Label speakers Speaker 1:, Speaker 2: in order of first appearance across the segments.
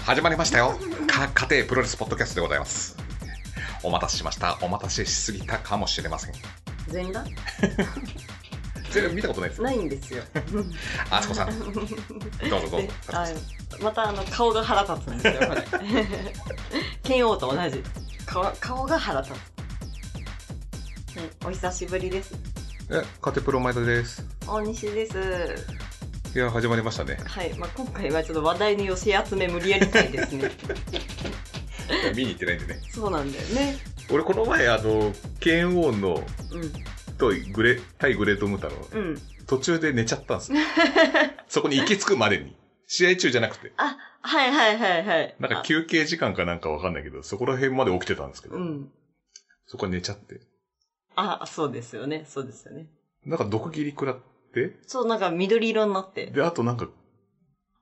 Speaker 1: 始まりましたよか家庭プロレスポッドキャストでございますお待たせしましたお待たせしすぎたかもしれません
Speaker 2: 全裸
Speaker 1: 全然見たことないです
Speaker 2: ないんですよ。
Speaker 1: あす こさんどうぞどうぞ
Speaker 2: であ またあの顔が腹立つんですよ、これ。剣王と同じ。顔顔が腹立つ。はいお久しぶりです。
Speaker 1: え家庭プロ前田です
Speaker 2: 大西です。
Speaker 1: いや始まりましたね
Speaker 2: はい、まあ、今回はちょっと話題の寄せ集め無理やり会です ね。
Speaker 1: いや見に行ってないんでね
Speaker 2: そうなんだよね。
Speaker 1: 俺この前あの剣王のとグレ対グレートムータの
Speaker 2: うん。うん。
Speaker 1: 途中で寝ちゃったん ですよそこに行き着くまでに試合中じゃなくて
Speaker 2: あ、はいはいはいはい。
Speaker 1: なんか休憩時間かなんかわかんないけど、そこら辺まで起きてたんですけ
Speaker 2: あ
Speaker 1: ど、
Speaker 2: うん。
Speaker 1: そこは寝ちゃって。
Speaker 2: あ、そうですよね。そうですよね。
Speaker 1: なんか毒切り食らって、
Speaker 2: そう、なんか緑色になって。
Speaker 1: で、あとなんか、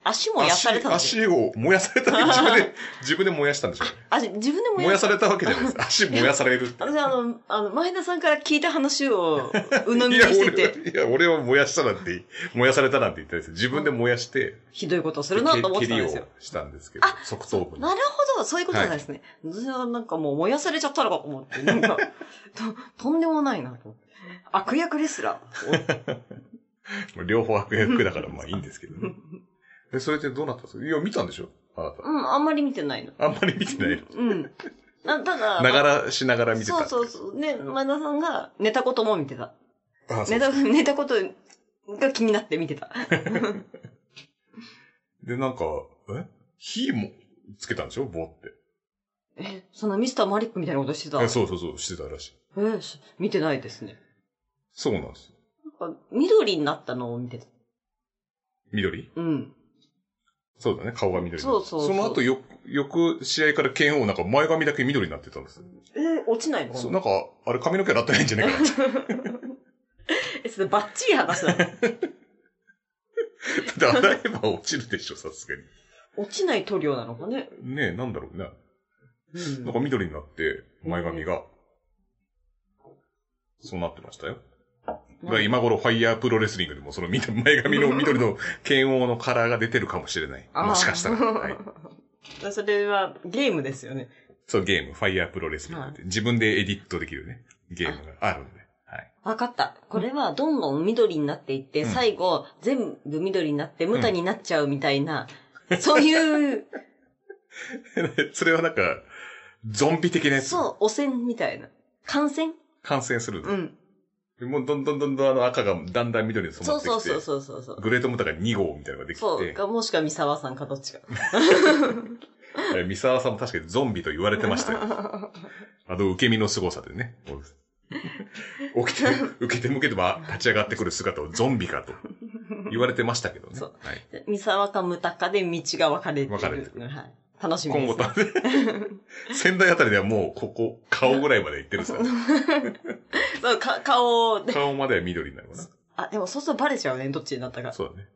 Speaker 2: 足もや
Speaker 1: 足
Speaker 2: されたんですよ。
Speaker 1: 足を燃やされた時自分で、自分で燃やしたんでしょ
Speaker 2: 足、自分でも
Speaker 1: 燃やされたわけじゃないです。足燃やされるって。
Speaker 2: 私あの、あの、前田さんから聞いた話 を、鵜呑み
Speaker 1: い
Speaker 2: に
Speaker 1: や、
Speaker 2: してて、
Speaker 1: 俺、いや、俺は燃やしたなんて、燃やされたなんて言ったんですよ自分で燃やして、
Speaker 2: ひどいことをするなと思ってたん
Speaker 1: 蹴
Speaker 2: で
Speaker 1: りを
Speaker 2: すよ。
Speaker 1: したんですけど
Speaker 2: あ、
Speaker 1: 側頭部に。
Speaker 2: なるほど、そういうことなんですね。私はなんかもう燃やされちゃったのかと思って、なん か、と、とんでもないなと思って。悪役レスラー。
Speaker 1: 両方悪役だから、まあいいんですけどね。え、それってどうなったんですかいや、見たんでしょあなた。
Speaker 2: うん、あんまり見てないの。
Speaker 1: あんまり見てない。
Speaker 2: うん。なただ、
Speaker 1: ながらしながら見てた。
Speaker 2: そうそうそう。ね、前田さんが寝たことも見てた。
Speaker 1: あそう
Speaker 2: 寝た、寝たことが気になって見て た。
Speaker 1: で、なんか、え火もつけたんでしょ棒って。
Speaker 2: え、そのミスターマリックみたいなことしてた。
Speaker 1: えそうそうそう、してたらしい。
Speaker 2: えし見てないですね。
Speaker 1: そうなんです。
Speaker 2: なんか緑になったのを見てた。
Speaker 1: 緑
Speaker 2: うん。
Speaker 1: そうだね、顔が緑。
Speaker 2: そうそうそう
Speaker 1: その後よ、よく試合から剣王なんか前髪だけ緑になってたんです。
Speaker 2: え落ちないの
Speaker 1: そう、なんか、あれ髪の毛洗ってないんじゃないかな。
Speaker 2: え、それバッチリ話だ。
Speaker 1: だって洗えば落ちるでしょ、さすが
Speaker 2: 落ちない塗料なのかね。
Speaker 1: に。ねえ、なんだろうね。
Speaker 2: うん
Speaker 1: なんか緑になって、前髪が。そうなってましたよ。だから今頃、ファイヤープロレスリングでも、そのみ前髪の緑の剣王のカラーが出てるかもしれない。
Speaker 2: あー
Speaker 1: もしかしたら。はい。
Speaker 2: それはゲームですよね。
Speaker 1: そう、ゲーム、ファイヤープロレスリングって、自分でエディットできるね、ゲームがあるんで。はい。
Speaker 2: わかった。これはどんどん緑になっていって、
Speaker 1: うん
Speaker 2: 最後全部緑になって無駄になっちゃうみたいな、そう いう、
Speaker 1: それはなんか、ゾンビ的なやつ。
Speaker 2: そう、汚染みたいな。感染
Speaker 1: 感染する
Speaker 2: う
Speaker 1: の、
Speaker 2: ん。
Speaker 1: もうどんどんどんどんあの赤がだんだん緑に染ま
Speaker 2: そう
Speaker 1: ってきて。
Speaker 2: そうそうそうそうそう。
Speaker 1: グレートムタが2号みたいなのができ
Speaker 2: そう
Speaker 1: て
Speaker 2: か、もしくは三沢さんかどっちか。
Speaker 1: え、三沢さんも確かにゾンビと言われて ましたよ。あの受け身の凄さでね。こう起きて、受けて向けてば立ち上がってくる姿をゾンビかと言われてましたけどね。
Speaker 2: そう
Speaker 1: はい、
Speaker 2: 三沢か無駄かで道が分かれてる。
Speaker 1: 分かれてる
Speaker 2: はい。楽しみ
Speaker 1: 今
Speaker 2: で
Speaker 1: 後
Speaker 2: す、
Speaker 1: と、 仙台あたりではもうここ、顔ぐらいまで行ってるんですから、
Speaker 2: そうか顔を、で
Speaker 1: 顔までは緑になるか
Speaker 2: あ、でもそうするとバレちゃうね、どっちになったか
Speaker 1: な。。そうだね。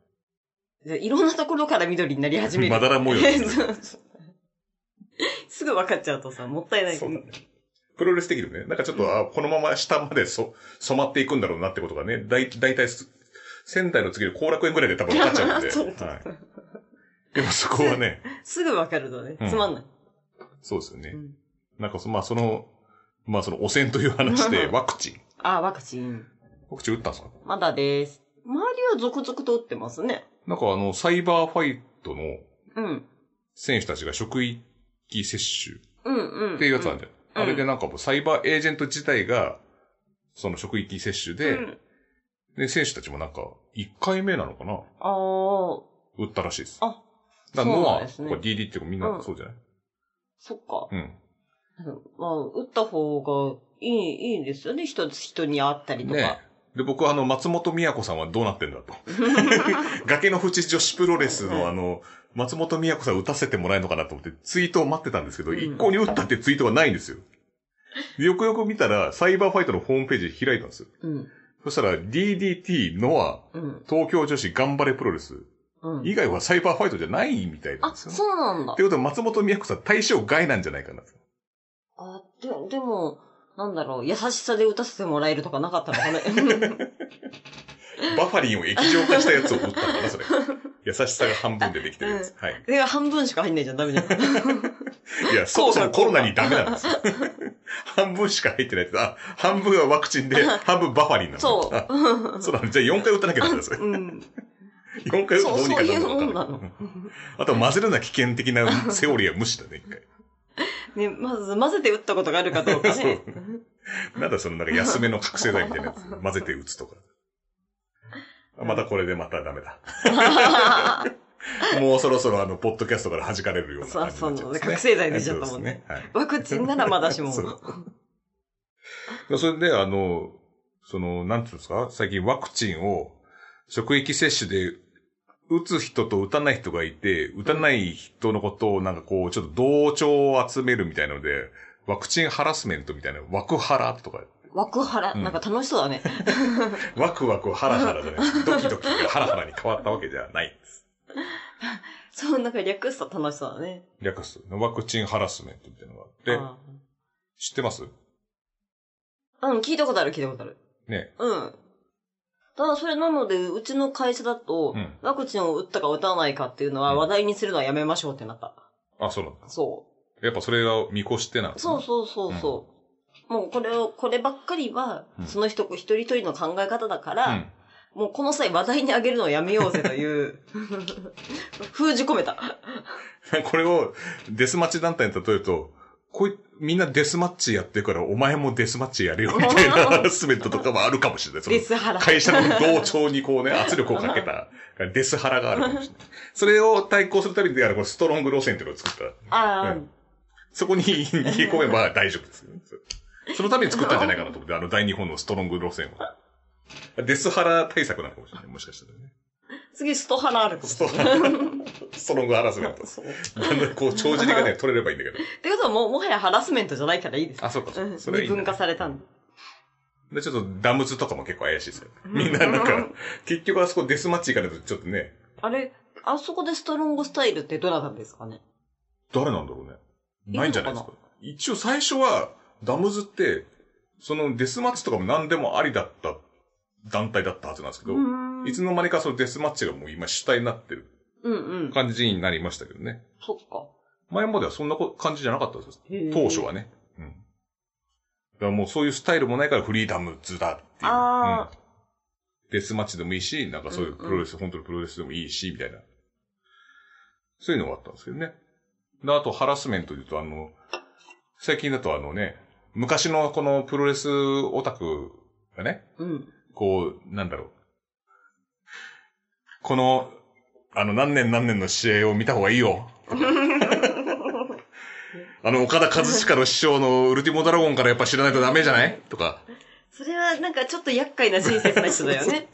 Speaker 2: でいろんなところから緑になり始める。
Speaker 1: まだら模様
Speaker 2: そうそうすぐ分かっちゃうとさ、もったいない。
Speaker 1: そうだね。プロレス的にもね、なんかちょっと、あこのまま下までそ染まっていくんだろうなってことがね、だい大体す、仙台の次の後楽園ぐらいで多分分かっちゃう ん
Speaker 2: そう
Speaker 1: で。はい。でもそこはね、
Speaker 2: すぐ分かるとね
Speaker 1: う、ん
Speaker 2: つまんない。
Speaker 1: そうですよね。
Speaker 2: うん
Speaker 1: なんかそ、まあその、まあその汚染という話 で、ワクチン。
Speaker 2: あ、ワクチン。
Speaker 1: ワクチン打ったんですか
Speaker 2: まだです。周りは続々と打ってますね。
Speaker 1: なんかあの、サイバーファイトの
Speaker 2: うん。
Speaker 1: 選手たちが職域接種
Speaker 2: うんうん。
Speaker 1: っていうやつある
Speaker 2: で。
Speaker 1: じゃん。
Speaker 2: うん
Speaker 1: あれでなんかもうサイバーエージェント自体が、その職域接種で、
Speaker 2: うん、
Speaker 1: で、選手たちもなんか、1回目なのかな
Speaker 2: ああ、
Speaker 1: 打ったらしいです。
Speaker 2: あ、
Speaker 1: だからノ
Speaker 2: そうなん
Speaker 1: ア
Speaker 2: です
Speaker 1: と
Speaker 2: ね
Speaker 1: か DD ってかみん
Speaker 2: う
Speaker 1: なんそうじゃない
Speaker 2: そっか。
Speaker 1: うん。
Speaker 2: まあ、打った方がいい、いいですよね。人、人に会ったりとか。
Speaker 1: ねえで、僕はあの、松本美子さんはどうなってんだ と。崖の淵女子プロレスのあの、松本美子さん打たせてもらえるのかなと思ってツイートを待ってたんですけど、
Speaker 2: うん
Speaker 1: 一向に打ったってツイートがないんですよ。でよくよく見たら、サイバーファイトのホームページ開いたんですよ。
Speaker 2: うん。
Speaker 1: そしたら、DDT、ノア、
Speaker 2: うん。
Speaker 1: 東京女子頑張れプロレス、
Speaker 2: うん。
Speaker 1: 以外はサイバーファイトじゃないみたいな
Speaker 2: あ、
Speaker 1: んですよ、ね。
Speaker 2: そうなんだ
Speaker 1: って。ことは、松本美子さん対象外なんじゃないかなと。
Speaker 2: あ、で、で も、なんだろう、優しさで打たせてもらえるとかなかったのかね。
Speaker 1: バファリンを液状化したやつを打ったんだな、 それ。優しさが半分でできてるやつ。はい。
Speaker 2: で半分しか入んないじゃん、ダメじゃん。
Speaker 1: いや、そもそもコロナにダメなんですよ。半分しか入ってないって、あ、半分はワクチンで、半分バファリンなの。
Speaker 2: そ
Speaker 1: あ
Speaker 2: う。
Speaker 1: そうなの。じゃあ4回打たなきゃダメです。
Speaker 2: うん。
Speaker 1: 4回打つとどうにかなる
Speaker 2: そうそういうもん
Speaker 1: の
Speaker 2: な
Speaker 1: か
Speaker 2: の
Speaker 1: な。あと混ぜるな危険的なセオリーは無視だね、一回。
Speaker 2: ね、まず混ぜて打ったことがあるかどうかね。
Speaker 1: なんだそのなんか安めの覚醒剤みたいなや つ、混ぜて打つとか。あまたこれでまたダメだ。もうそろそろあの、ポッドキャストから弾かれるような感じになっちゃいますね。
Speaker 2: そうそう覚醒剤出ちゃったもんね
Speaker 1: そうですね。はい。
Speaker 2: ワクチンならまだしも。
Speaker 1: そうでそれで、あの、その、なんていうんですか最近ワクチンを職域接種で打つ人と打たない人がいて、打たない人のことをなんかこう、ちょっと同調を集めるみたいなので、ワクチンハラスメントみたいな、ワクハラとか、
Speaker 2: ワクハラ、
Speaker 1: うん
Speaker 2: なんか楽しそうだね。
Speaker 1: ワクワクハラハラじゃない ですドキドキがハラハラに変わったわけじゃないです。
Speaker 2: そう、なんか略すと楽しそうだね。
Speaker 1: 略す。ワクチンハラスメントみたいなのがあって、
Speaker 2: あ
Speaker 1: 知ってます
Speaker 2: ーうん、聞いたことある、聞いたことある。
Speaker 1: ね。
Speaker 2: うん。ただ、それなので、うちの会社だと、
Speaker 1: うん
Speaker 2: ワクチンを打ったか打たないかっていうのは
Speaker 1: うん
Speaker 2: 話題にするのはやめましょうってなった。
Speaker 1: あ、そうなんだ。
Speaker 2: そ
Speaker 1: やっぱそれを見越してなん
Speaker 2: う。
Speaker 1: ですね
Speaker 2: そうそうそうそう。もうこれを、こればっかりは
Speaker 1: う、ん
Speaker 2: その人、一人一人の考え方だから、
Speaker 1: うん。
Speaker 2: もうこの際話題にあげるのをやめようぜと いう、封じ込めた。
Speaker 1: これをデスマッチ団体に例えると、こい、みんなデスマッチやってるから、お前もデスマッチや れよ、みたいなハラスメントとかもあるかもしれない。その
Speaker 2: デスハラ。
Speaker 1: 会社の同調にこうね、圧力をかけた、デスハラがあるかもしれない。それを対抗するために、だからこれストロング路線というのを作った。
Speaker 2: ああ、
Speaker 1: うんそこに逃げ込めば大丈夫ですよね。そのために作ったんじゃないかなと思って、あの大日本のストロング路線を。デスハラ対策なのかもしれない。もしかしたらね。
Speaker 2: 次ストハラあるかも
Speaker 1: ス
Speaker 2: し
Speaker 1: ト
Speaker 2: れない。
Speaker 1: ハラ、ストロングハラスメン ト。
Speaker 2: そうっ
Speaker 1: だんだんこう、帳尻がね、取れればいいんだけど。
Speaker 2: てことはもう、もはやハラスメントじゃないからいいです。
Speaker 1: あ、そうか、そう
Speaker 2: うん
Speaker 1: か。それはいいん
Speaker 2: 二
Speaker 1: だ
Speaker 2: 分化されたんで。
Speaker 1: で、ちょっとダムズとかも結構怪しいですよ。みんななんか、結局あそこデスマッチ行かないとちょっとね、
Speaker 2: あれ、あそこでストロングスタイルってどなたですかね
Speaker 1: 誰なんだろうね。
Speaker 2: いるのかな
Speaker 1: ないんじゃないですか。一応最初は、ダムズって、そのデスマッチとかも何でもありだった団体だったはずなんですけど、
Speaker 2: うん
Speaker 1: いつの間にかそのデスマッチがもう今主体になってる
Speaker 2: うんうん。
Speaker 1: 感じになりましたけどね。
Speaker 2: そっか。
Speaker 1: 前まではそんなこ感じじゃなかったです
Speaker 2: へー
Speaker 1: 当初はね。うん。だからもうそういうスタイルもないからフリーダムズだっていう。
Speaker 2: あ
Speaker 1: うんデスマッチでもいいし、なんかそういうプロレス、本当のプロレスでもいいし、みたいな。そういうのがあったんですけどね。で、あとハラスメントで言うと、あの、最近だとあのね、昔のこのプロレスオタクがね、
Speaker 2: うん。
Speaker 1: こう、なんだろう。この、あの、何年何年の試合を見た方がいいよ。あの、岡田和親の師匠のウルティモドラゴンからやっぱ知らないとダメじゃないとか。
Speaker 2: それはなんかちょっと厄介な親切な人だよね。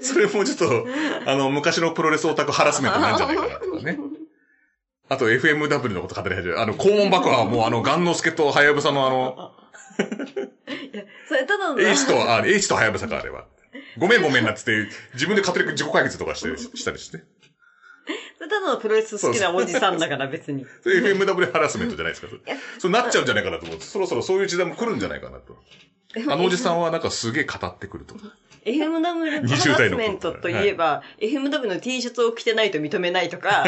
Speaker 1: それもちょっと、あの、昔のプロレスオタクハラスメントなんじゃないかなとかね。あと、FMW のこと語り始める。あの、肛門爆破はもうあの、ガンノスケとハヤブサのあの、
Speaker 2: いや、それただの、
Speaker 1: エイチと、あ、エイチとハヤブサか、あれは。ごめんごめんなっつって、自分で勝手に自己解決とかして、したりして。
Speaker 2: それただのプロレス好きなおじさんだから別に。
Speaker 1: それ FMW ハラスメントじゃないですか。それそうなっちゃうんじゃないかなと思って、そろそろそういう時代も来るんじゃないかなと。あのおじさんはなんかすげえ語ってくると。
Speaker 2: FM ダブルハ
Speaker 1: 20
Speaker 2: ラ
Speaker 1: 代
Speaker 2: ス
Speaker 1: の
Speaker 2: メントといえば、FM ダブルの T シャツを着てないと認めないと か、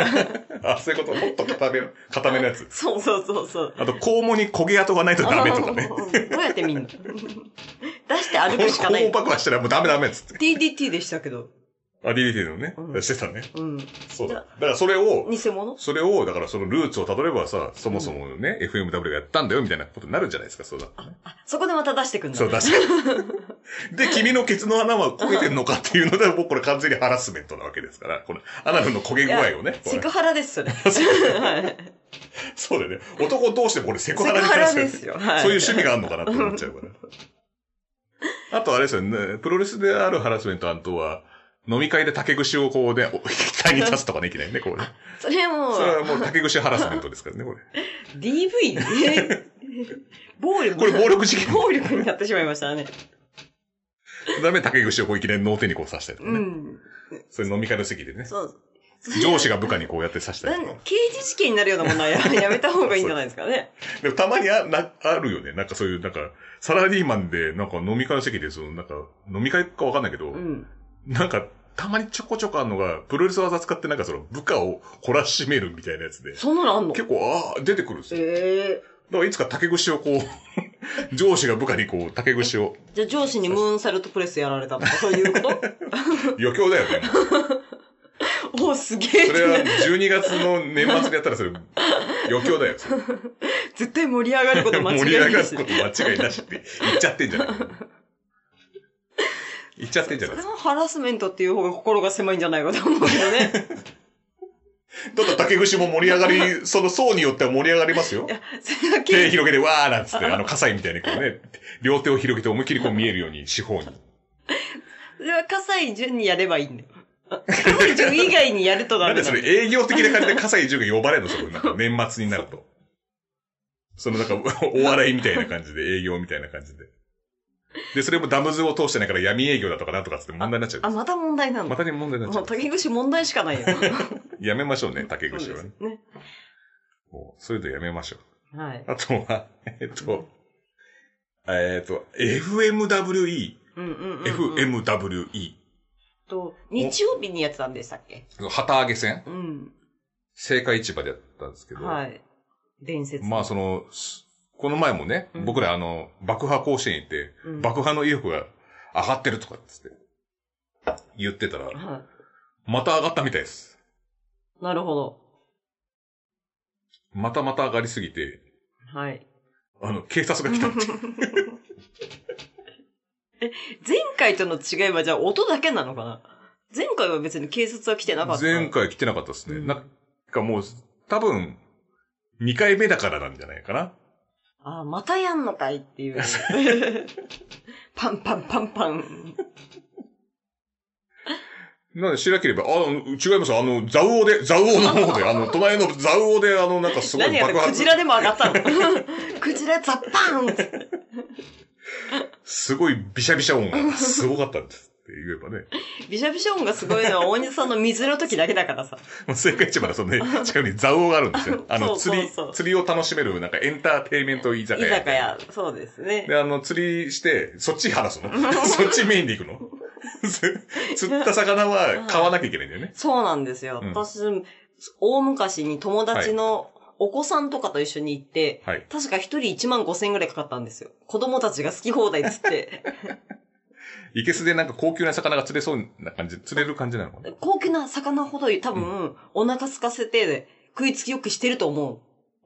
Speaker 1: あ、そういうこと。もっと固めの、固めのやつ。
Speaker 2: そうそうそうそう。
Speaker 1: あと、肛門に焦げ跡がないとダメとかね。
Speaker 2: どうやって見んの出して歩くしかな
Speaker 1: 肛門
Speaker 2: い。
Speaker 1: 爆破したらもうダメダメっつって。
Speaker 2: DDT でしたけど。
Speaker 1: あ、DDT のね
Speaker 2: う、ん
Speaker 1: してたね。
Speaker 2: うん。
Speaker 1: そうだ。だからそれを、
Speaker 2: 偽物
Speaker 1: それを、だからそのルーツをたどればさ、そもそもね、FMW がやったんだよみたいなことになるじゃないですか、そうだ。
Speaker 2: そこでまた出してくんだ。
Speaker 1: そう、出して。で、君のケツの穴は焦げてんのかっていうので、もうこれ完全にハラスメントなわけですから、このアナルの焦げ具合をね。こ
Speaker 2: セ
Speaker 1: れ
Speaker 2: クハラです、そ れ。はい
Speaker 1: そうだよね。男同士でもこれ
Speaker 2: セ
Speaker 1: セク
Speaker 2: ク
Speaker 1: ハラに
Speaker 2: ハ
Speaker 1: 対
Speaker 2: ラ
Speaker 1: する
Speaker 2: で。すよ。は
Speaker 1: そういう趣味があるのかなと思っちゃうから。あとあれですよね、プロレスであるハラスメントあとは、飲み会で竹串をこうね、お液体に刺すとかね、いきないね、こうね。
Speaker 2: それも
Speaker 1: それは
Speaker 2: う、
Speaker 1: もう竹串ハラスメントですからね、これ。
Speaker 2: DV ね暴力。
Speaker 1: これ暴力事 件。
Speaker 2: 暴力になってしまいましたね。
Speaker 1: ダメ、竹串をこういきなり脳手にこう刺したりとか
Speaker 2: う
Speaker 1: ね。
Speaker 2: ん。
Speaker 1: それ飲み会の席でね。
Speaker 2: そう。
Speaker 1: 上司が部下にこうやって刺した
Speaker 2: な
Speaker 1: りとか
Speaker 2: ん。刑事事件になるようなものはや やめた方がいいんじゃないですかね。
Speaker 1: でもたまにあなあるよね。なんかそういう、なんか、サラリーマンで、なんか飲み会の席で、その、なんか、飲み会かわかんないけど、
Speaker 2: うん。
Speaker 1: なんか、たまにちょこちょこあんのが、プロレス技使ってなんかその部下を懲らしめるみたいなやつで、
Speaker 2: そんなのあんの
Speaker 1: 結構、ああ、出てくるんですよ。
Speaker 2: ええ
Speaker 1: だからいつか竹串をこう、 上司が部下にこう、竹串を、
Speaker 2: じゃあ上司にムーンサルトプレスやられたとか、そういうこ
Speaker 1: 余興だよね。もう
Speaker 2: と おお、すげえ
Speaker 1: それは12月の年末でやったらそれ、余興だよ。それ
Speaker 2: 絶対盛り上がる こと間
Speaker 1: 盛
Speaker 2: 違
Speaker 1: り上
Speaker 2: い
Speaker 1: が
Speaker 2: な
Speaker 1: る
Speaker 2: し。
Speaker 1: こと間違いなしって言っちゃってんじゃない言っちゃってんじゃ
Speaker 2: そ
Speaker 1: ない
Speaker 2: れはハラスメントっていう方が心が狭いんじゃないかと思うけど ね。
Speaker 1: だって竹串も盛り上がり、その層によっては盛り上がりますよ
Speaker 2: い。や、それは
Speaker 1: 手
Speaker 2: 結
Speaker 1: 広げてわーなんつって、あの、火災みたいにこうね、両手を広げて思いっきりこう見えるように四方に。
Speaker 2: それは笠井淳にやればいいんだよ。笠井淳以外にやるとダ
Speaker 1: なん
Speaker 2: メ
Speaker 1: で
Speaker 2: なん
Speaker 1: そ
Speaker 2: だ
Speaker 1: れ
Speaker 2: よ。
Speaker 1: 営業的な感じで笠井淳が呼ばれるのそこなんか年末になると。そのなんか お笑いみたいな感じで、営業みたいな感じで。で、それもダムズを通してないから闇営業だとかなんとかっつって問題になっちゃ
Speaker 2: あ、
Speaker 1: う。
Speaker 2: また問題なの。
Speaker 1: またね、問題になっち
Speaker 2: も
Speaker 1: ゃう
Speaker 2: う。竹串問題しかないよ。
Speaker 1: やめましょうね、竹
Speaker 2: そう
Speaker 1: 串
Speaker 2: で
Speaker 1: は
Speaker 2: す
Speaker 1: ね。
Speaker 2: ね。
Speaker 1: もうそういうのやめましょう。
Speaker 2: はい。
Speaker 1: あとは、えっと、えっと、FMWE、
Speaker 2: うんうんうん、うん。
Speaker 1: FMWE、
Speaker 2: と、日曜日にやってたんでしたっけ
Speaker 1: 旗揚げ戦
Speaker 2: うん。
Speaker 1: 青果市場でやったんですけど、
Speaker 2: はい。伝説。
Speaker 1: まあその、すこの前もね、
Speaker 2: うん
Speaker 1: 僕らあの、爆破甲子園行って、
Speaker 2: うん
Speaker 1: 爆破の威力が上がってるとかっつって、言ってたら、
Speaker 2: は
Speaker 1: また上がったみたいです。
Speaker 2: い。なるほど。
Speaker 1: またまた上がりすぎて、
Speaker 2: はい。
Speaker 1: あの、警察が来 たって。
Speaker 2: 前回との違いはじゃあ音だけなのかな前回は別に警察は来てなかった。
Speaker 1: 前回来てなかったですね。
Speaker 2: うん
Speaker 1: なんかもう、多分、2回目だからなんじゃないかな。
Speaker 2: あ、またやんのかいって いう。パンパンパンパン。
Speaker 1: なんで、しなければ、あ、違います。あの、ザウオで、ザウオの方で、あの、隣のザウオで、あの、なんかすごい
Speaker 2: 何やっ
Speaker 1: 爆
Speaker 2: たク
Speaker 1: 発
Speaker 2: ジ。ラでも上がったの クジラザッパーンって
Speaker 1: すごいビシャビシャ音が、すごかったんです。って言えばね。
Speaker 2: ビシャビシャ音がすごいのは大西さんの水の時だけだからさ。
Speaker 1: もう青果市場のそのね、 近くに蔵王があるんですよ。あの、
Speaker 2: そう
Speaker 1: 釣
Speaker 2: そう
Speaker 1: り
Speaker 2: そう、
Speaker 1: 釣りを楽しめる、なんかエンターテイメント居
Speaker 2: 居
Speaker 1: 酒屋。
Speaker 2: 酒屋。そうですね。
Speaker 1: で、あの、釣りして、そっち話す のそっちメインで行くの釣った魚は買わなきゃいけないんだよね。
Speaker 2: そうなんですよ。
Speaker 1: うん
Speaker 2: 私、大昔に友達のお子さんとかと一緒に行って、
Speaker 1: はい。
Speaker 2: 確か一人1万5千円ぐらいかかったんですよ。子供たちが好き放題っつって。
Speaker 1: いけすでなんか高級な魚が釣れそうな感じ、釣れる感じなのかな
Speaker 2: 高級な魚ほど多分、お腹空かせて食いつきよくしてると思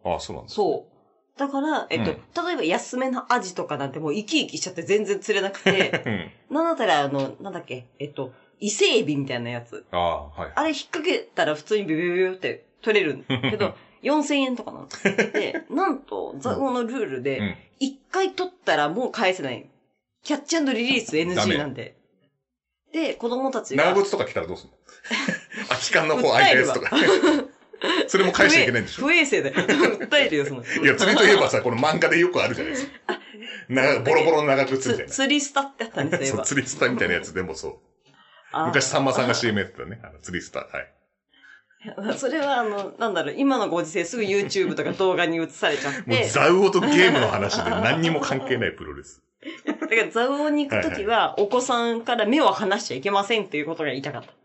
Speaker 2: う。
Speaker 1: ああ、そうなんです。、
Speaker 2: そう。だから、えっと、例えば安めのアジとかなんてもう生き生きしちゃって全然釣れなくて
Speaker 1: うん。
Speaker 2: なんだったらあの、なんだっけ、えっと、伊勢エビみたいなやつ。
Speaker 1: ああ、はい。
Speaker 2: あれ引っ掛けたら普通にビュビュビュって取れるんだけど、4000円とかなんですよで、なんと、ザゴのルール
Speaker 1: う
Speaker 2: で、
Speaker 1: ん。
Speaker 2: 一回取ったらもう返せない。キャッチリリース NG なんで。で、子供たちが
Speaker 1: 長。靴とか来たらどう すんの空き缶のこう開いたやつとか。それも返しちゃいけないんで しょ
Speaker 2: 不衛生だよ。訴えるよ、その。
Speaker 1: いや、釣りといえばさ、この漫画でよくあるじゃないですか。なボロボロの長靴みたい
Speaker 2: つ
Speaker 1: な。
Speaker 2: 釣りスタってあったんですよ、
Speaker 1: そう、
Speaker 2: 今
Speaker 1: 釣りスタみたいなやつでもそう。昔、さんまさんが CM やってたね。あの釣りスタ。はい。
Speaker 2: あそれは、あの、なんだろう、今のご時世すぐ YouTube とか動画に映されちゃっ
Speaker 1: もう、
Speaker 2: て、
Speaker 1: ザウオとゲームの話で何にも関係ないプロレス。
Speaker 2: だからザウオに行くときは、お子さんから目を離しちゃいけませんっていうことが言いたかった。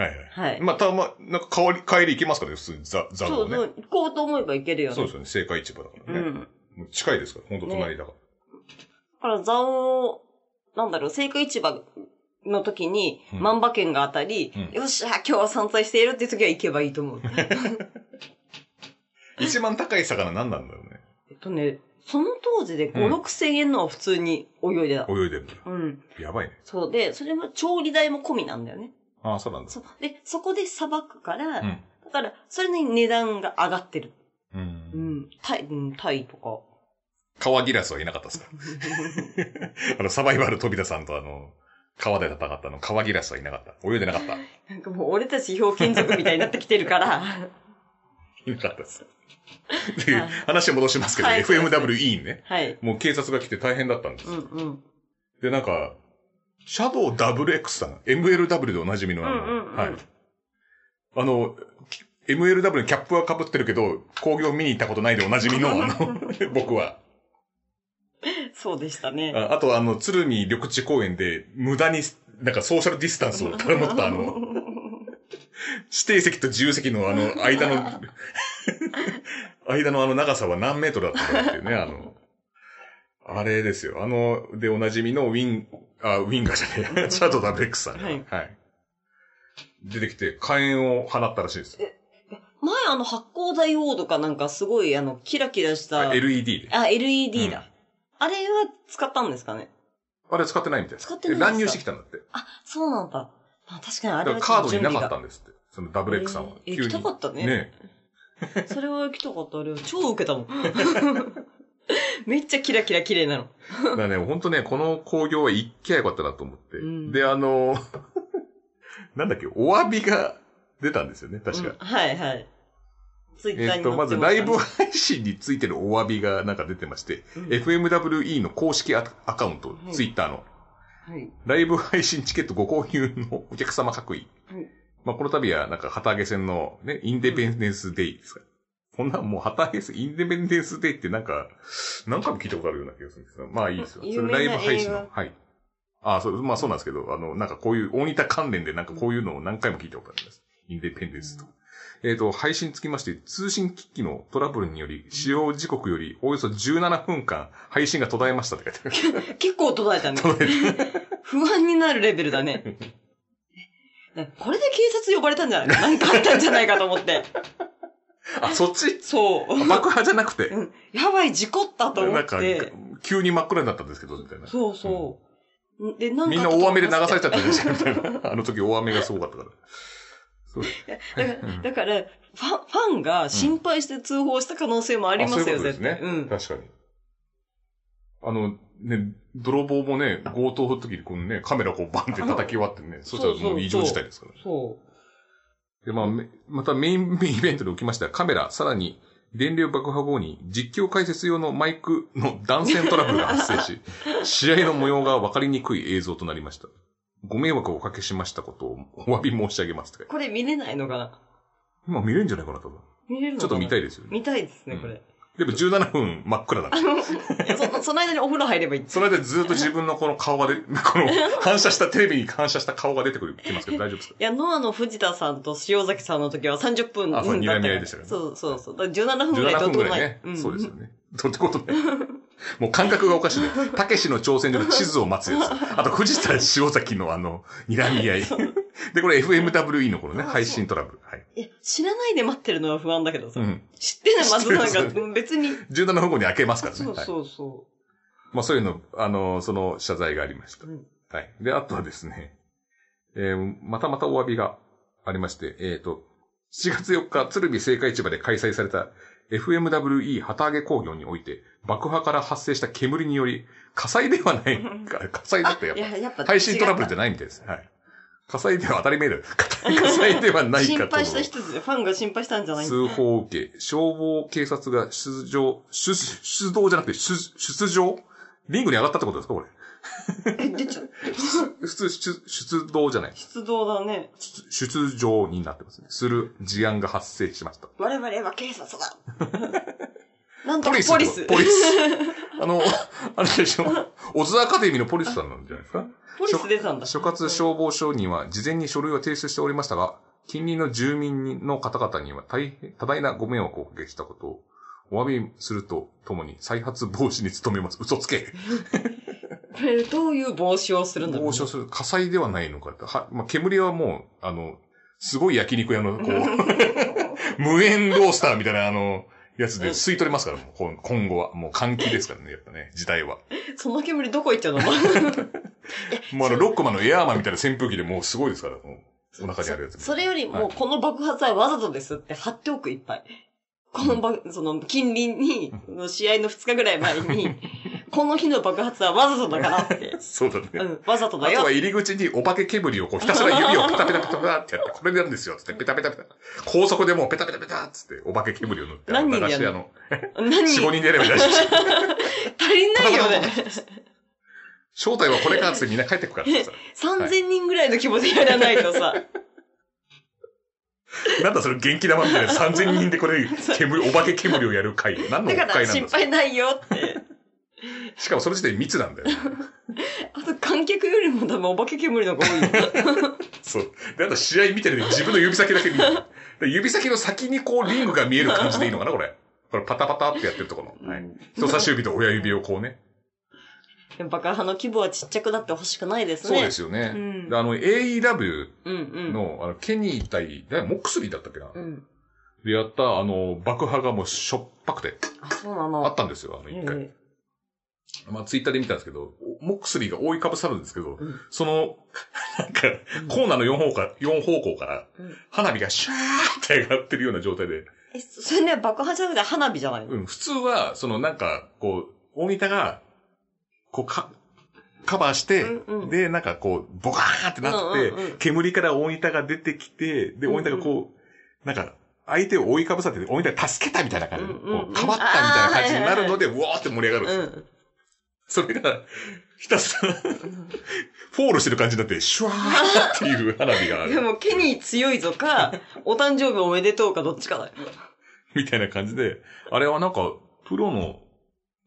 Speaker 1: はいはい。
Speaker 2: はい
Speaker 1: まあ、たま、なんか帰り、帰り行けますからね、普通にザ、ザウ
Speaker 2: そ
Speaker 1: オ
Speaker 2: う、
Speaker 1: ね
Speaker 2: そ。う行こうと思えば行けるよね。
Speaker 1: そうですよね。青果市場だからね。
Speaker 2: うん。だ
Speaker 1: もう近いですから、本当隣だか
Speaker 2: からザウオ、なんだろう、青果市場の時に、
Speaker 1: うん
Speaker 2: 万馬券が当たり、
Speaker 1: うん
Speaker 2: よっしゃ、今日は散財しているって時は行けばいいと思 う。
Speaker 1: ら。一番高い魚何なんだろうね。
Speaker 2: えっとね、その当時で5、
Speaker 1: うん
Speaker 2: 6千円のは普通に泳いでた。
Speaker 1: 泳いでるの
Speaker 2: うん。
Speaker 1: やばいね。
Speaker 2: そうで、それも調理代も込みなんだよね。
Speaker 1: ああ、そうなんだ。
Speaker 2: そう。で、そこで裁くから、
Speaker 1: うん。
Speaker 2: だから、それなりに値段が上がってる。
Speaker 1: う。
Speaker 2: うんん。タイ、うん、タイとか。
Speaker 1: 川ギラスはいなかった ですかあの、サバイバル飛田さんとあの、川で戦ったあの、川ギラスはいなかった。泳いでなかった。
Speaker 2: なんかもう俺たち表金属みたいになってきてる から。
Speaker 1: いなかったです。で、話を戻しますけど、
Speaker 2: はい
Speaker 1: FMWE ね。
Speaker 2: はい。
Speaker 1: もう警察が来て大変だったんです。
Speaker 2: うんうん。
Speaker 1: で、なんか、シャドウ WX さん、MLW でおなじみのあの、
Speaker 2: うんうんうん
Speaker 1: はい。あの、き MLW のキャップは 被ってるけど、工業見に行ったことないでおなじみの、あの、僕は。
Speaker 2: そうでしたね。
Speaker 1: ああと、あの、鶴見緑地公園で、無駄に、なんかソーシャルディスタンスを保った、あの、指定席と自由席の あの、間の、間のあの長さは何メートルだったかっていうね、あの、あれですよ。あの、でおなじみのウィン、あ、ウィンガーじゃねえ、チャートダーベックスさんが、
Speaker 2: はい
Speaker 1: はい。出てきて、火炎を放ったらしいです。
Speaker 2: 前あの発光ダイオードかなんかすごいあの、キラキラした、
Speaker 1: あ LED で。
Speaker 2: あ、LED
Speaker 1: うん
Speaker 2: だ。あれは使ったんですかね
Speaker 1: あれ使ってないみたいです。
Speaker 2: 使ってないんですか
Speaker 1: 乱入してきたんだって。
Speaker 2: あ、そうなんだ。まあ確かにあ
Speaker 1: だ
Speaker 2: れ
Speaker 1: か
Speaker 2: はちょっと
Speaker 1: らカードに
Speaker 2: 準
Speaker 1: な
Speaker 2: 備
Speaker 1: か
Speaker 2: が
Speaker 1: ったんですって。そのダブル X さんは。
Speaker 2: えー行きたかったね。
Speaker 1: ね
Speaker 2: それは行きたかった。あれは超ウケたもん。 めっちゃキラキラ綺麗なの。
Speaker 1: だからね、ほんとね、この工業は行きゃよかったなと思って。
Speaker 2: うん
Speaker 1: で、あの、 なんだっけ、お詫びが出たんですよね、確か。
Speaker 2: うんはいはい。ツイッ
Speaker 1: え
Speaker 2: タ
Speaker 1: っ、
Speaker 2: ーに載って
Speaker 1: と、まず
Speaker 2: した
Speaker 1: ラ
Speaker 2: ね
Speaker 1: イブ配信についてのお詫びがなんか出てまして、
Speaker 2: うん
Speaker 1: FMWE の公式アアカウント、
Speaker 2: い
Speaker 1: ツイッターの、
Speaker 2: はい。
Speaker 1: ライブ配信チケットご購入のお客様各位。
Speaker 2: はい
Speaker 1: まあ、この度はなんか旗揚げ戦のね、インデペンデンスデイですか。こんなんもう旗揚げ戦、インデペンデンスデイってなんか、何回も聞いたことあるような気がするんですけど、まあいいですよ。
Speaker 2: 有名な
Speaker 1: ライブ配信
Speaker 2: 映
Speaker 1: の。はい。ああ、そう、まあそうなんですけど、あの、なんかこういう大仁田関連でなんかこういうのを何回も聞いたことあります。インデペンデンスと。えっ、と、配信につきまして、通信機器のトラブルにより、使用時刻よりおよそ17分間配信が途絶えましたって書いてある。
Speaker 2: 結構途絶えたね。不安になるレベルだね。えこれで警察呼ばれたんじゃないなんかあったんじゃないかと思って。
Speaker 1: あ、そっち
Speaker 2: そう。
Speaker 1: 爆破じゃなくて。
Speaker 2: うんやばい、事故ったと思
Speaker 1: なん
Speaker 2: っ
Speaker 1: か
Speaker 2: て。、
Speaker 1: 急に真っ暗になったんですけど、みたいな。
Speaker 2: そうそう。で、なんか
Speaker 1: みんな大雨で流されちゃ
Speaker 2: た
Speaker 1: ったんですよ、みたいな。あの時大雨がすごかったから。そう
Speaker 2: だから、だからファン、ファンが心配して通報した可能性もあります
Speaker 1: そうい
Speaker 2: よ、
Speaker 1: うことです
Speaker 2: 絶
Speaker 1: ね
Speaker 2: 対。。うん。
Speaker 1: 確かに。あの、ね、泥棒もね、強盗の時にこのね、カメラこうバンって叩き割ってね、そしたらもう異常事態ですから。
Speaker 2: そ
Speaker 1: で、まあ、めまたメインイベントで起きましたカメラ、さらに、電流爆破後に実況解説用のマイクの断線トラブルが発生し、 試合の模様が分かりにくい映像となりました。ご迷惑をおかけしましたことをお詫び申し上げますって
Speaker 2: う。これ見れないのかな
Speaker 1: 今見れるんじゃないかな、多分。
Speaker 2: 見れるの
Speaker 1: ちょ
Speaker 2: かな
Speaker 1: っと見た
Speaker 2: い。
Speaker 1: いですよね。
Speaker 2: 見たいですね、
Speaker 1: うん
Speaker 2: これ。
Speaker 1: でも17分真っ暗だから。
Speaker 2: いやそその間にお風呂入ればいい。
Speaker 1: それでずっと自分のこの顔が で、この反射した、テレビに反射した顔が出てくる、きますけど大丈夫ですか
Speaker 2: いや、ノアの藤田さんと塩崎さんの時は30分
Speaker 1: あそう
Speaker 2: うんだった
Speaker 1: 睨み合いでしたからね
Speaker 2: そうそうそう。だから17分ぐらい
Speaker 1: 17
Speaker 2: と
Speaker 1: 分
Speaker 2: と
Speaker 1: ぐ
Speaker 2: な
Speaker 1: らい
Speaker 2: い。
Speaker 1: ね。そうです
Speaker 2: ん
Speaker 1: よね。とってことね。もう感覚がおかしいね。たけしの挑戦所の地図を待つや つ。あと、藤田塩崎のあの、睨み合い。で、これ FMWE のこのね、
Speaker 2: あ
Speaker 1: 配信トラブル。はい。
Speaker 2: いや、知らないで待ってるのは不安だけどさ。
Speaker 1: うん。
Speaker 2: 知ってない、まず
Speaker 1: 知ってる
Speaker 2: なんか別に。
Speaker 1: 17分後に開けますからね。
Speaker 2: そう
Speaker 1: はい。
Speaker 2: そうそ
Speaker 1: まあ、そういうの、あの、その謝罪がありました
Speaker 2: う。。うん
Speaker 1: はい。で、あとはですね、えーまたまたお詫びがありまして、えっ、と、7月4日、鶴見聖火市場で開催された FMWE 旗揚げ工業において、爆破から発生した煙により、火災ではない、 火災だ
Speaker 2: あ
Speaker 1: ってやっ
Speaker 2: いや、やっぱ
Speaker 1: ぱ、配信トラブルじ
Speaker 2: 違
Speaker 1: ゃないみたいです。はい。火災では当たり前だよ。火災では
Speaker 2: った
Speaker 1: ないかと。
Speaker 2: 心配した人で、ファンが心配したんじゃない
Speaker 1: 通報を受け、消防警察が出場、出、出動じゃなくて出、出場リングに上がったってことですかこれ。
Speaker 2: え、出ちゃう。
Speaker 1: 普通、出、出動じゃない。
Speaker 2: 出動だね。
Speaker 1: 出場になってますね。する事案が発生しました。
Speaker 2: 我々は警察 だ。なんと
Speaker 1: ポ
Speaker 2: か
Speaker 1: リス
Speaker 2: ポリス。
Speaker 1: ポリス。あの、あれでしょオズアカデミーのポリスさんなんじゃないですか
Speaker 2: ポリス出たんだ。
Speaker 1: 所轄消防署には事前に書類を提出しておりましたが、近隣の住民の方々には大変、多大なご迷惑をおかけしたことを、お詫びするとともに再発防止に努めます。嘘つけ
Speaker 2: これ、どういう防止をするんだろう
Speaker 1: 防
Speaker 2: ね。
Speaker 1: 止をする。火災ではないのかって。は、まあ、煙はもう、あの、すごい焼肉屋の、こう、 無煙ロースターみたいな、あの、やつで吸い取れますから、もうこん今後は。もう換気ですからね、やっぱね、時代は。
Speaker 2: その煙どこ行っちゃうの
Speaker 1: もうあの、ロックマンのエアーマンみたいな扇風機でもうすごいですから、もうお腹にあるやつ。
Speaker 2: そそれより
Speaker 1: は
Speaker 2: も、この爆発はわざとですって貼っておくいっぱい。このば、その、近隣に、の試合の2日ぐらい前に、この日の爆発はわざとだからって。
Speaker 1: そうだね。
Speaker 2: うん、わざと
Speaker 1: あ
Speaker 2: だ
Speaker 1: と
Speaker 2: よ
Speaker 1: は。入り口にお化け煙をこうひた すら指をペタペタペタペタってやって、これでやるんですよ、つって、ペタペタペタ。高速でもうペタペタペタっつって、お化け煙を塗って、あの
Speaker 2: 何人でや
Speaker 1: 流し
Speaker 2: る
Speaker 1: あ
Speaker 2: の
Speaker 1: の、
Speaker 2: 何
Speaker 1: 4、5
Speaker 2: 足
Speaker 1: 人でやればいいらしいです。
Speaker 2: りないよね。
Speaker 1: 正体はこれかっつってみんな帰ってくからさ。
Speaker 2: 3000人ぐらいの規模でやらないとさ。
Speaker 1: なんだその元気玉みたいな3000人でこれ、煙、お化け煙をやる会。何の
Speaker 2: だか
Speaker 1: 会
Speaker 2: ら
Speaker 1: な
Speaker 2: 心
Speaker 1: んだ
Speaker 2: 配ないよって。
Speaker 1: しかもその時点で密なんだよ。
Speaker 2: あと観客よりも多分お化け煙の方が多いよ。
Speaker 1: そう。で、あと試合見てるで自分の指先だけ見る。で指先の先にこうリングが見える感じでいいのかな、これ。これパタパタってやってるところ。はい。人差し指と親指をこうね。
Speaker 2: でもバカ派の規模はちっちゃくなってほしくないですね。
Speaker 1: そうですよね。
Speaker 2: うん
Speaker 1: であの、AEW
Speaker 2: うんうん。
Speaker 1: の、あの、ケニー対、えモックスリーだったっけな、
Speaker 2: うん。
Speaker 1: で、やった、あの、爆破がもうしょっぱくて、
Speaker 2: あ、そうなの。
Speaker 1: あったんですよ、あの、一回。
Speaker 2: え
Speaker 1: まあ、ツイッターで見たんですけど、おモックスリーが覆いかぶさるんですけど、
Speaker 2: うん
Speaker 1: その、なんか、
Speaker 2: ん
Speaker 1: コーナーの4方か四方向から
Speaker 2: うん、
Speaker 1: 花火がシャーって上がってるような状態で、
Speaker 2: え。え、それね、爆破じゃなくて花火じゃないの、
Speaker 1: うん、普通は、そのなんか、こう、大仁田が、こう、か、カバーして、
Speaker 2: うんうん
Speaker 1: で、なんかこう、ボカーンってなって、
Speaker 2: うんうんうん
Speaker 1: 煙から大仁田が出てきて、で、
Speaker 2: うん
Speaker 1: 大
Speaker 2: うん
Speaker 1: 仁田がこう、なんか、相手を覆いかぶさってて、大仁田が助けたみたいな感じで、
Speaker 2: う
Speaker 1: こ
Speaker 2: んうんうん
Speaker 1: うかばったみたいな感じになるので、うわーって盛り上がるんですよ。
Speaker 2: うん。
Speaker 1: それが、ひたすら、フォールしてる感じになって、シュワーっていう花火があ
Speaker 2: で
Speaker 1: る。
Speaker 2: も、ケニー強いぞ か、お誕生日おめでとうかどっちかだよ。
Speaker 1: みたいな感じで、あれはなんか、プロの、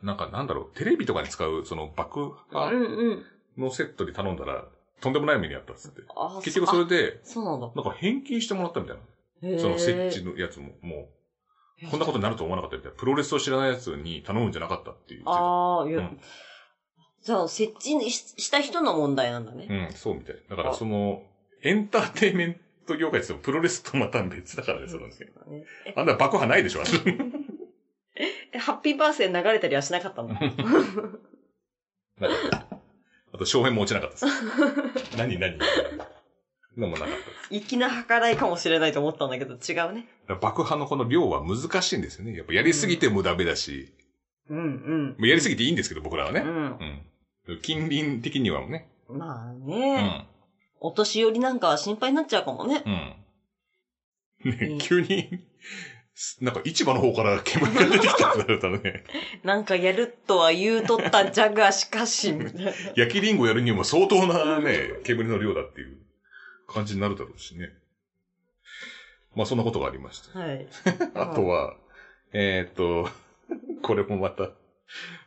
Speaker 1: なんかなんだろう、テレビとかに使う、その爆
Speaker 2: う
Speaker 1: 破
Speaker 2: んうん。
Speaker 1: のセットで頼んだら、とんでもない目にあったっつって。
Speaker 2: あ
Speaker 1: 結局それで、
Speaker 2: あそうなんだ。
Speaker 1: なんか返金してもらったみたいな。
Speaker 2: へー
Speaker 1: その設置のやつも、もう、こんなことになると思わなかったみたいな。プロレスを知らないやつに頼むんじゃなかったっていう。
Speaker 2: ああ、いや。
Speaker 1: うん
Speaker 2: じゃあ、設置にしした人の問題なんだね。
Speaker 1: うん、そうみたい。だからその、エンターテインメント業界って言ってもプロレスとまた別だからね、そのね。
Speaker 2: ねえ
Speaker 1: あんな爆破ないでしょ、あんな
Speaker 2: えハッピーバースデー流れたりはしなかったの
Speaker 1: なかったあと、照明も落ちなかったです。何何のもなかったです。
Speaker 2: 粋な計らいかもしれないと思ったんだけど、違うね。
Speaker 1: だから爆破のこの量は難しいんですよね。やっぱやりすぎてもダメだし、
Speaker 2: うん
Speaker 1: まあやりすぎていいんですけど、僕らは
Speaker 2: う
Speaker 1: ね。
Speaker 2: ん。
Speaker 1: うん。近隣的にはね。
Speaker 2: うん。まあ
Speaker 1: う
Speaker 2: ね、
Speaker 1: ん。
Speaker 2: お年寄りなんかは心配になっちゃうかもね。
Speaker 1: うん。
Speaker 2: う
Speaker 1: ね
Speaker 2: ん、
Speaker 1: 急に、すなんか市場の方から煙が出てきたってなるとね、
Speaker 2: なんかやるとは言うとったじゃが、しかし、みたいな。
Speaker 1: 焼きリンゴやるにも相当なね、煙の量だっていう感じになるだろうしね。まあ、そんなことがありました。
Speaker 2: はい。
Speaker 1: あとは、えーっと、 これもまた、あ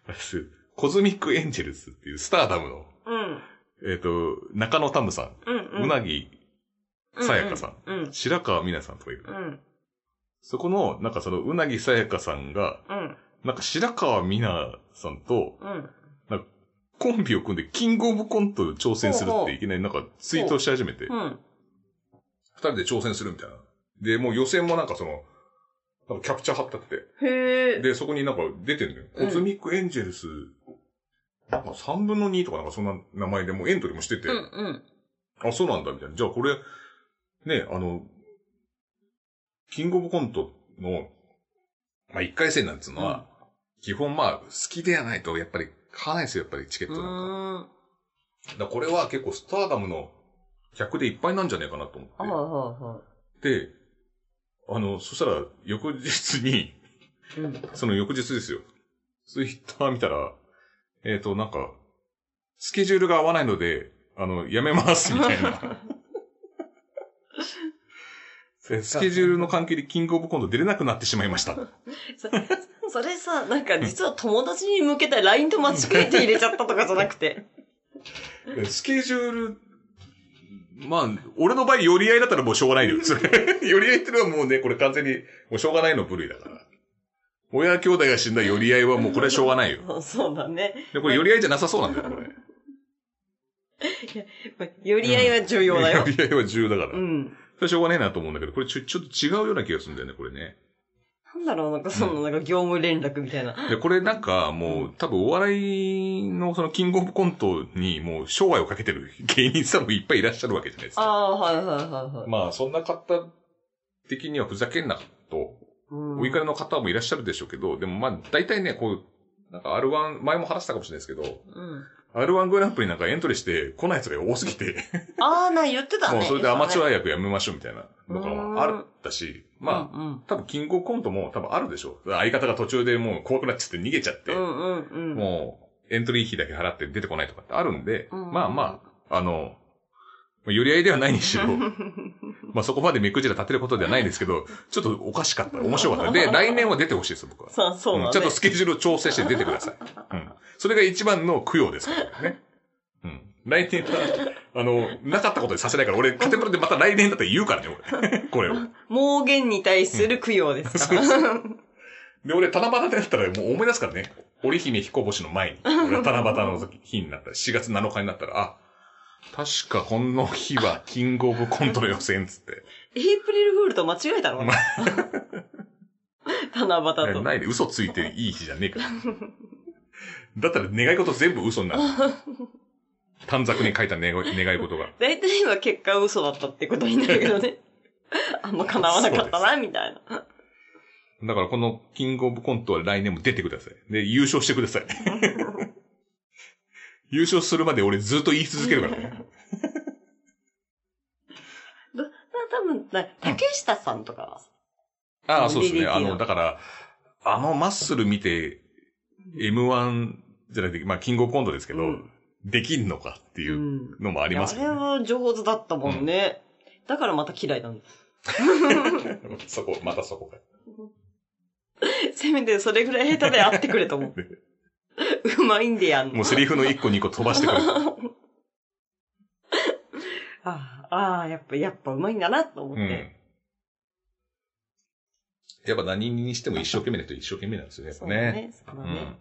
Speaker 1: れですコズミックエンジェルスっていうスターダムの、
Speaker 2: うん。
Speaker 1: えーっと、中野タムさ
Speaker 2: うん
Speaker 1: ん、
Speaker 2: う。
Speaker 1: うんなぎさやかさん、
Speaker 2: うんうん。
Speaker 1: 白川美奈さんとかいる。
Speaker 2: うん。
Speaker 1: そこの、なんかその、うなぎさやかさんが、
Speaker 2: うん。
Speaker 1: なんか白川美奈さんと
Speaker 2: うん。
Speaker 1: コンビを組んで、キングオブコント挑戦するっていきなりなんかツイートし始めて、
Speaker 2: う
Speaker 1: 二
Speaker 2: ん。
Speaker 1: 人で挑戦するみたいな。で、もう予選もなんかその、なんかキャプチャー貼ったって、
Speaker 2: へえ。
Speaker 1: で、そこになんか出てんのよ。
Speaker 2: うん
Speaker 1: コズミックエンジェルス、なんか3分の2とかなんかそんな名前でもうエントリーもしてて、
Speaker 2: うんうん。
Speaker 1: あ、そうなんだみたいな。じゃあこれ、ね、あの、キングオブコントの、まあ、1回戦なんつうのは、基本まあ、好きでやないとやっぱり買わないですよ、やっぱりチケッ
Speaker 2: う
Speaker 1: トなんか。
Speaker 2: ーん。
Speaker 1: だからこれは結構スターダムの客でいっぱいなんじゃねえかなと思って。
Speaker 2: あはいは
Speaker 1: で、あの、そしたら翌日に、
Speaker 2: い はい。うん。
Speaker 1: その翌日ですよ。ツイッター見たら、えっ、と、なんか、スケジュールが合わないので、あの、やめます、みた いな。でスケジュールの関係でキングオブコント出れなくなってしまいました。
Speaker 2: そそれさ、なんか実は友達に向けた LINE と間違えて入れちゃったとかじゃなくて。
Speaker 1: でスケジュール、まあ、俺の場合、寄り合いだったらもうしょうがないよ。そ れ寄り合いってのはもうね、これ完全に、もうしょうがないの部類だから。親兄弟が死んだ寄り合いはもうこれはしょうがないよ。
Speaker 2: そうそうだね。
Speaker 1: で、これ寄り合いじゃなさそうなんだよ、これ。
Speaker 2: 寄り合いは重要だよ。
Speaker 1: 寄り合いは重要だから。
Speaker 2: うん。
Speaker 1: それしょうがねえなと思うんだけど、これちょちょっと違うような気がするんだよね、これね。
Speaker 2: なんだろう、なんかその、なんか業務連絡みたいな。
Speaker 1: で、これなんかもう、多分お笑いのそのキングオブコントにもう生涯をかけてる芸人さんもいっぱいいらっしゃるわけじゃないです
Speaker 2: あ
Speaker 1: か。
Speaker 2: あ、はいはいはいはい。
Speaker 1: まあ、そんな方的にはふざけんなと、
Speaker 2: うん
Speaker 1: お怒りの方もいらっしゃるでしょうけど、でもまあ、大体ね、こう、なんか R1、前も話したかもしれないですけど、
Speaker 2: うん。
Speaker 1: R1 グランプリなんかエントリーして来ない奴が多すぎて、
Speaker 2: ああ、な、言ってたね。
Speaker 1: もうそれでアマチュ
Speaker 2: ア
Speaker 1: ア役やめましょうみたいなのがまああったし、まあ、
Speaker 2: あ、うん
Speaker 1: 多分キングオブコントも多分あるでしょう。相方が途中でもう怖くなっちゃって逃げちゃって、
Speaker 2: うんうんうん。
Speaker 1: もうエントリー費だけ払って出てこないとかってあるんで、
Speaker 2: うん
Speaker 1: まあまあ、あの、寄り合いではないにしろ、 まあそこまで目くじら立てることではないんですけど、ちょっとおかしかった。面白 かった。で、来年は出てほしいです、僕は。
Speaker 2: そう、そうだ
Speaker 1: う
Speaker 2: ね。
Speaker 1: んちゃんとスケジュールを調整して出てください。うん。それが一番の供養ですからね。うん。来年は、あの、なかったことにさせないから、俺、カテプロでまた来年だって言うからね、俺。 これを。
Speaker 2: 盲言に対する供養ですから。
Speaker 1: で、俺、七夕だったらもう思い出すからね。織姫彦星の前に。俺、七夕の時日になったら、4月7日になったら、あ、確かこの日は、キングオブコントの予選つって。
Speaker 2: エイプリルフールと間違えたの
Speaker 1: ま
Speaker 2: 七夕と。
Speaker 1: ないで嘘ついていい日じゃねえから。だったら願い事全部嘘になる。短冊に書いた願い願い事が。
Speaker 2: 大体今結果嘘だったってことになるけど ね。あんま叶わなかったな、みたいな。
Speaker 1: だからこのキングオブコントは来年も出てください。で、優勝してください。優勝するまで俺ずっと言い続けるからね。
Speaker 2: 多分、な竹下さんとかはさ
Speaker 1: ああ、そうですね。
Speaker 2: DDT の
Speaker 1: あの、だから、あのマッスル見て、M1 じゃなくて、まあ、キングオブコントですけど、
Speaker 2: うん
Speaker 1: できんのかっていううんのもあります
Speaker 2: いやあ
Speaker 1: よ
Speaker 2: れ
Speaker 1: ね。
Speaker 2: は上手だったもんね。だからまた嫌いなんです。
Speaker 1: そこ、またそこが。
Speaker 2: せめてそれぐらい下手であってくれと思 う。うまいんでやんの。
Speaker 1: もうセリフの1個2個飛 ばしてくる。
Speaker 2: ああ、ああ、やっぱ、やっぱうまいんだなと思っ
Speaker 1: う
Speaker 2: て。
Speaker 1: ん。やっぱ何にしても一生懸命な人は一生懸命なんですよね、やっ
Speaker 2: そ
Speaker 1: ぱ
Speaker 2: う
Speaker 1: ね。
Speaker 2: だね。そう
Speaker 1: う
Speaker 2: だ
Speaker 1: ん
Speaker 2: ね。。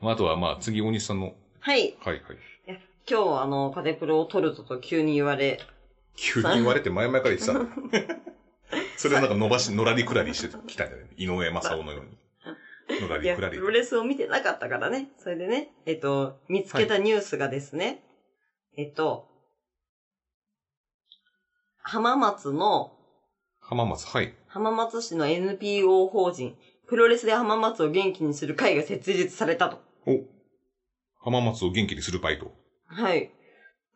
Speaker 1: まあ、あとはまあ、次大西さんの、
Speaker 2: はい。
Speaker 1: はいはい。
Speaker 2: 今日、あの、カテプロを取るとと急に言われ、
Speaker 1: 急に言われて前々から言ってたんだよ。 それをなんか伸ばし、のらりくらりしてきたんだよね。井上正雄のよう に。のら
Speaker 2: い
Speaker 1: り
Speaker 2: や、
Speaker 1: く
Speaker 2: プ
Speaker 1: らり。
Speaker 2: ロレスを見てなかったからね。それでね、えっと、見つけたニュースがですね、えっと、浜松の、
Speaker 1: 浜松、はい。
Speaker 2: 浜松市の NPO 法人、プロレスで浜松を元気にする会が設立されたと。
Speaker 1: お。浜松を元気にするバイト。
Speaker 2: はい。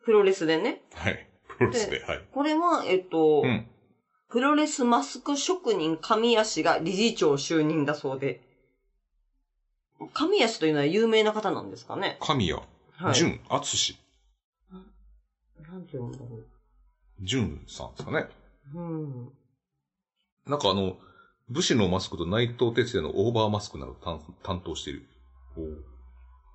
Speaker 2: プロレスでね。
Speaker 1: はい。プロレスで、はい。
Speaker 2: これは、えっと、
Speaker 1: うん。
Speaker 2: プロレスマスク職人神谷が理事長就任だそうで。神谷というのは有名な方なんですかね
Speaker 1: 神谷、
Speaker 2: はい。
Speaker 1: 淳、厚志、
Speaker 2: なんて読むんだろ
Speaker 1: 淳さんですかね。
Speaker 2: う。うん。
Speaker 1: なんかあの、武士のマスクと内藤哲也のオーバーマスクなど担担当している。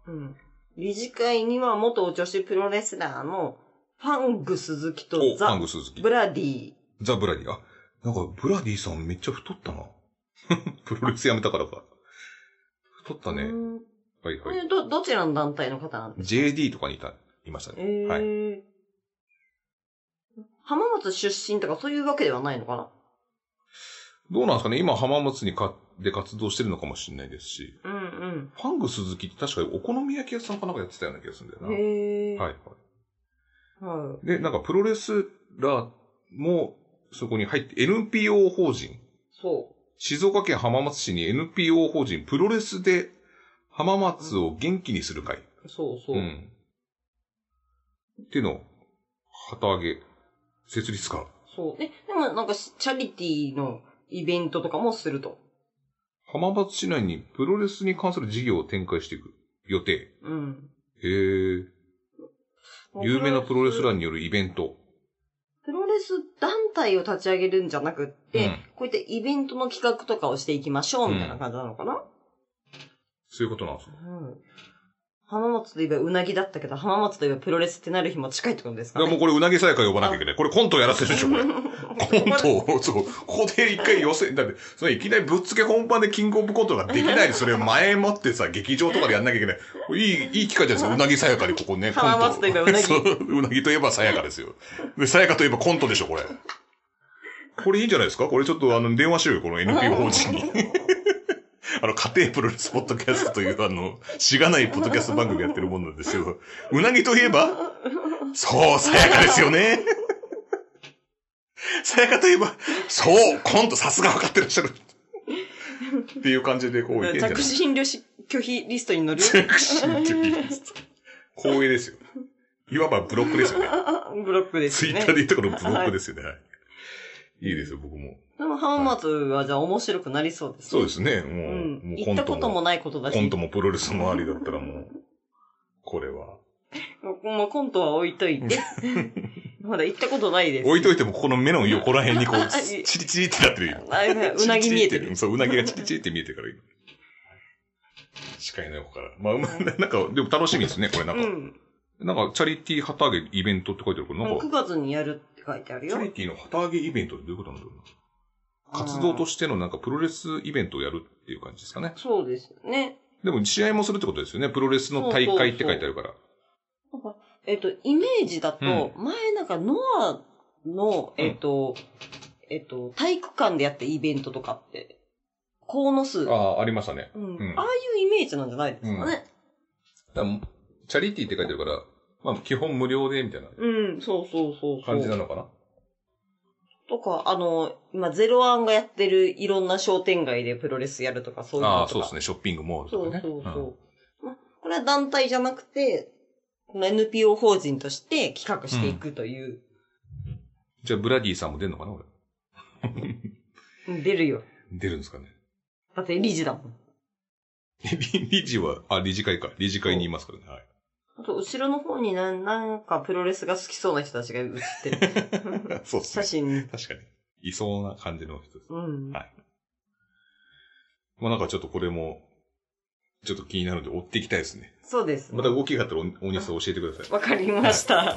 Speaker 1: お
Speaker 2: うん。理事会には元女子プロレスラーのファング鈴木と
Speaker 1: お、ファン
Speaker 2: ザ・
Speaker 1: グ鈴木
Speaker 2: ブ。ラディ。
Speaker 1: ザ・ブラディ。あ、なんかブラディさんめっちゃ太ったな。 プロレスやめたからか。太ったね。
Speaker 2: うん
Speaker 1: はい
Speaker 2: こ
Speaker 1: はい
Speaker 2: れ。ど、どちらの団体の方なんですか
Speaker 1: JD とかにいた、いました
Speaker 2: え
Speaker 1: ね。
Speaker 2: ー
Speaker 1: はい。
Speaker 2: 浜松出身とかそういうわけではないのかな
Speaker 1: どうなんですかね今浜松にか、で活動してるのかもしれないですし。
Speaker 2: うん
Speaker 1: ファング鈴木って確かお好み焼き屋さんかなんかやってたような気がするんだよ
Speaker 2: う
Speaker 1: な。
Speaker 2: ん。へえ。
Speaker 1: はいはい。
Speaker 2: は
Speaker 1: で、なんかプロレスラーもそこに入って、NPO 法人。
Speaker 2: い。そ
Speaker 1: 静岡県浜松市に NPO 法人プロレスで浜松を元気にする会。
Speaker 2: う。そうそうう。
Speaker 1: ん。っていうのを、旗揚げ、設立か。
Speaker 2: そう。ね、でもなんかしチャリティーのイベントとかもすると。
Speaker 1: 浜松市内にプロレスに関する事業を展開していく予定。
Speaker 2: うん。
Speaker 1: へえ。有名なプロレスラー
Speaker 2: ー
Speaker 1: によるイベント。
Speaker 2: プロレス団体を立ち上げるんじゃなくって、
Speaker 1: うん
Speaker 2: こういったイベントの企画とかをしていきましょうみたいな感じなのかな、
Speaker 1: そういうことなんですか。
Speaker 2: うん、浜松といえばうなぎだったけど、浜松といえばプロレスってなる日も近いってことですか
Speaker 1: いや、
Speaker 2: ね
Speaker 1: もう。これ、うなぎさやか呼ばなきゃいけない。これコントやらせるでしょ、これ。コントを、そう、ここで一回寄せ、だって、それいきなりぶっつけ本番でキングオブコントができないで、それを前もってさ、劇場とかでやんなきゃいけない。これいい、いい機会じゃないですか。うなぎさやかでここね、コント。
Speaker 2: 浜松といえばうなぎ
Speaker 1: そう、うなぎといえばさやかですよ。で、さやかといえばコントでしょ、これ。これいいんじゃないですかこれちょっと、あの、電話しようよ、この NPO 法人に。 あの、家庭プロレスポッドキャストという、あの、しがないポッドキャスト番組やってるもんなんですよ。うなぎといえばそう、さやかですよね。 さやかといえば、そう、コント、さすが分かってらっしゃる。っていう感じで、こう、いけんじゃない
Speaker 2: 着信料し拒否リストに 載る
Speaker 1: 着信拒否です光栄ですよ。いわばブロックですよね。
Speaker 2: ブロックです
Speaker 1: ツイ
Speaker 2: よ
Speaker 1: ッ
Speaker 2: ね
Speaker 1: ターで。言ったこのブロックですよね。はい。いいですよ、僕も。
Speaker 2: でも浜松はじゃあ面白くなりそうですね。
Speaker 1: そうですね。
Speaker 2: う
Speaker 1: もう、
Speaker 2: ん。
Speaker 1: もう
Speaker 2: 行
Speaker 1: コ
Speaker 2: っ
Speaker 1: ン
Speaker 2: た
Speaker 1: ト
Speaker 2: こともないことだし。
Speaker 1: コントもプロレスもありだったらもう、これは。
Speaker 2: もうコントは置いといて。まだ行ったことないです。
Speaker 1: 置いといても、ここの目の横ら辺に こう、チリチリってなってるよ。
Speaker 2: あうなぎ見えてる。
Speaker 1: そう、うなぎがチリチリって見えてるから、今。視界の横から。まあ、うま なんか、でも楽しみですね、これな
Speaker 2: うん
Speaker 1: か。
Speaker 2: ん。
Speaker 1: なんか、チャリティー旗揚げイベントって書いてあるから、なん
Speaker 2: 9
Speaker 1: か、
Speaker 2: 月にやるって書いてある
Speaker 1: チャ
Speaker 2: よ
Speaker 1: リ。ティーの旗揚げイベントってどういうことなんだろうな。活動としてのなんか、プロレスイベントをやるっていう感じですかね。
Speaker 2: そうですよね。
Speaker 1: でも、試合もするってことですよね。プロレスの大会って書いてあるから。
Speaker 2: えっと、イメージだと、
Speaker 1: う
Speaker 2: 前なんかノアの、
Speaker 1: うん
Speaker 2: えっと、えっと、体育館でやったイベントとかって、コ数、うん
Speaker 1: ああ、ありましたね。うん
Speaker 2: ああいうイメージなんじゃないですかね。
Speaker 1: だからチャリティーって書いてあるから、まあ、基本無料で、みたいな
Speaker 2: うん、そうそうそうそう。
Speaker 1: 感じなのかな。
Speaker 2: とか、あの、今、ゼロワンがやってるいろんな商店街でプロレスやるとか、そういうのとか。
Speaker 1: ああ、そうですね。ショッピングモールと
Speaker 2: そ
Speaker 1: か
Speaker 2: うそ
Speaker 1: ね。
Speaker 2: うそう。まこれは団体じゃなくて、この NPO 法人として企画していくという、
Speaker 1: じゃあ、ブラディさんも出るのかな、俺。
Speaker 2: うん出るよ。
Speaker 1: 出るんですかね。
Speaker 2: だって理事だもん。
Speaker 1: 理理事は、あ、理事会か。理事会にいますからね。はい。
Speaker 2: あと、後ろの方にな、なんかプロレスが好きそうな人たちが映って る。
Speaker 1: そうです
Speaker 2: 写
Speaker 1: ね。
Speaker 2: 真に。
Speaker 1: 確かに。いそうな感じの人です。
Speaker 2: うん。
Speaker 1: はいまあなんかちょっとこれも、ちょっと気になるので追っていきたいですね。
Speaker 2: そうです、
Speaker 1: また動きがあったらお、大西さん教えてください。
Speaker 2: わかりました。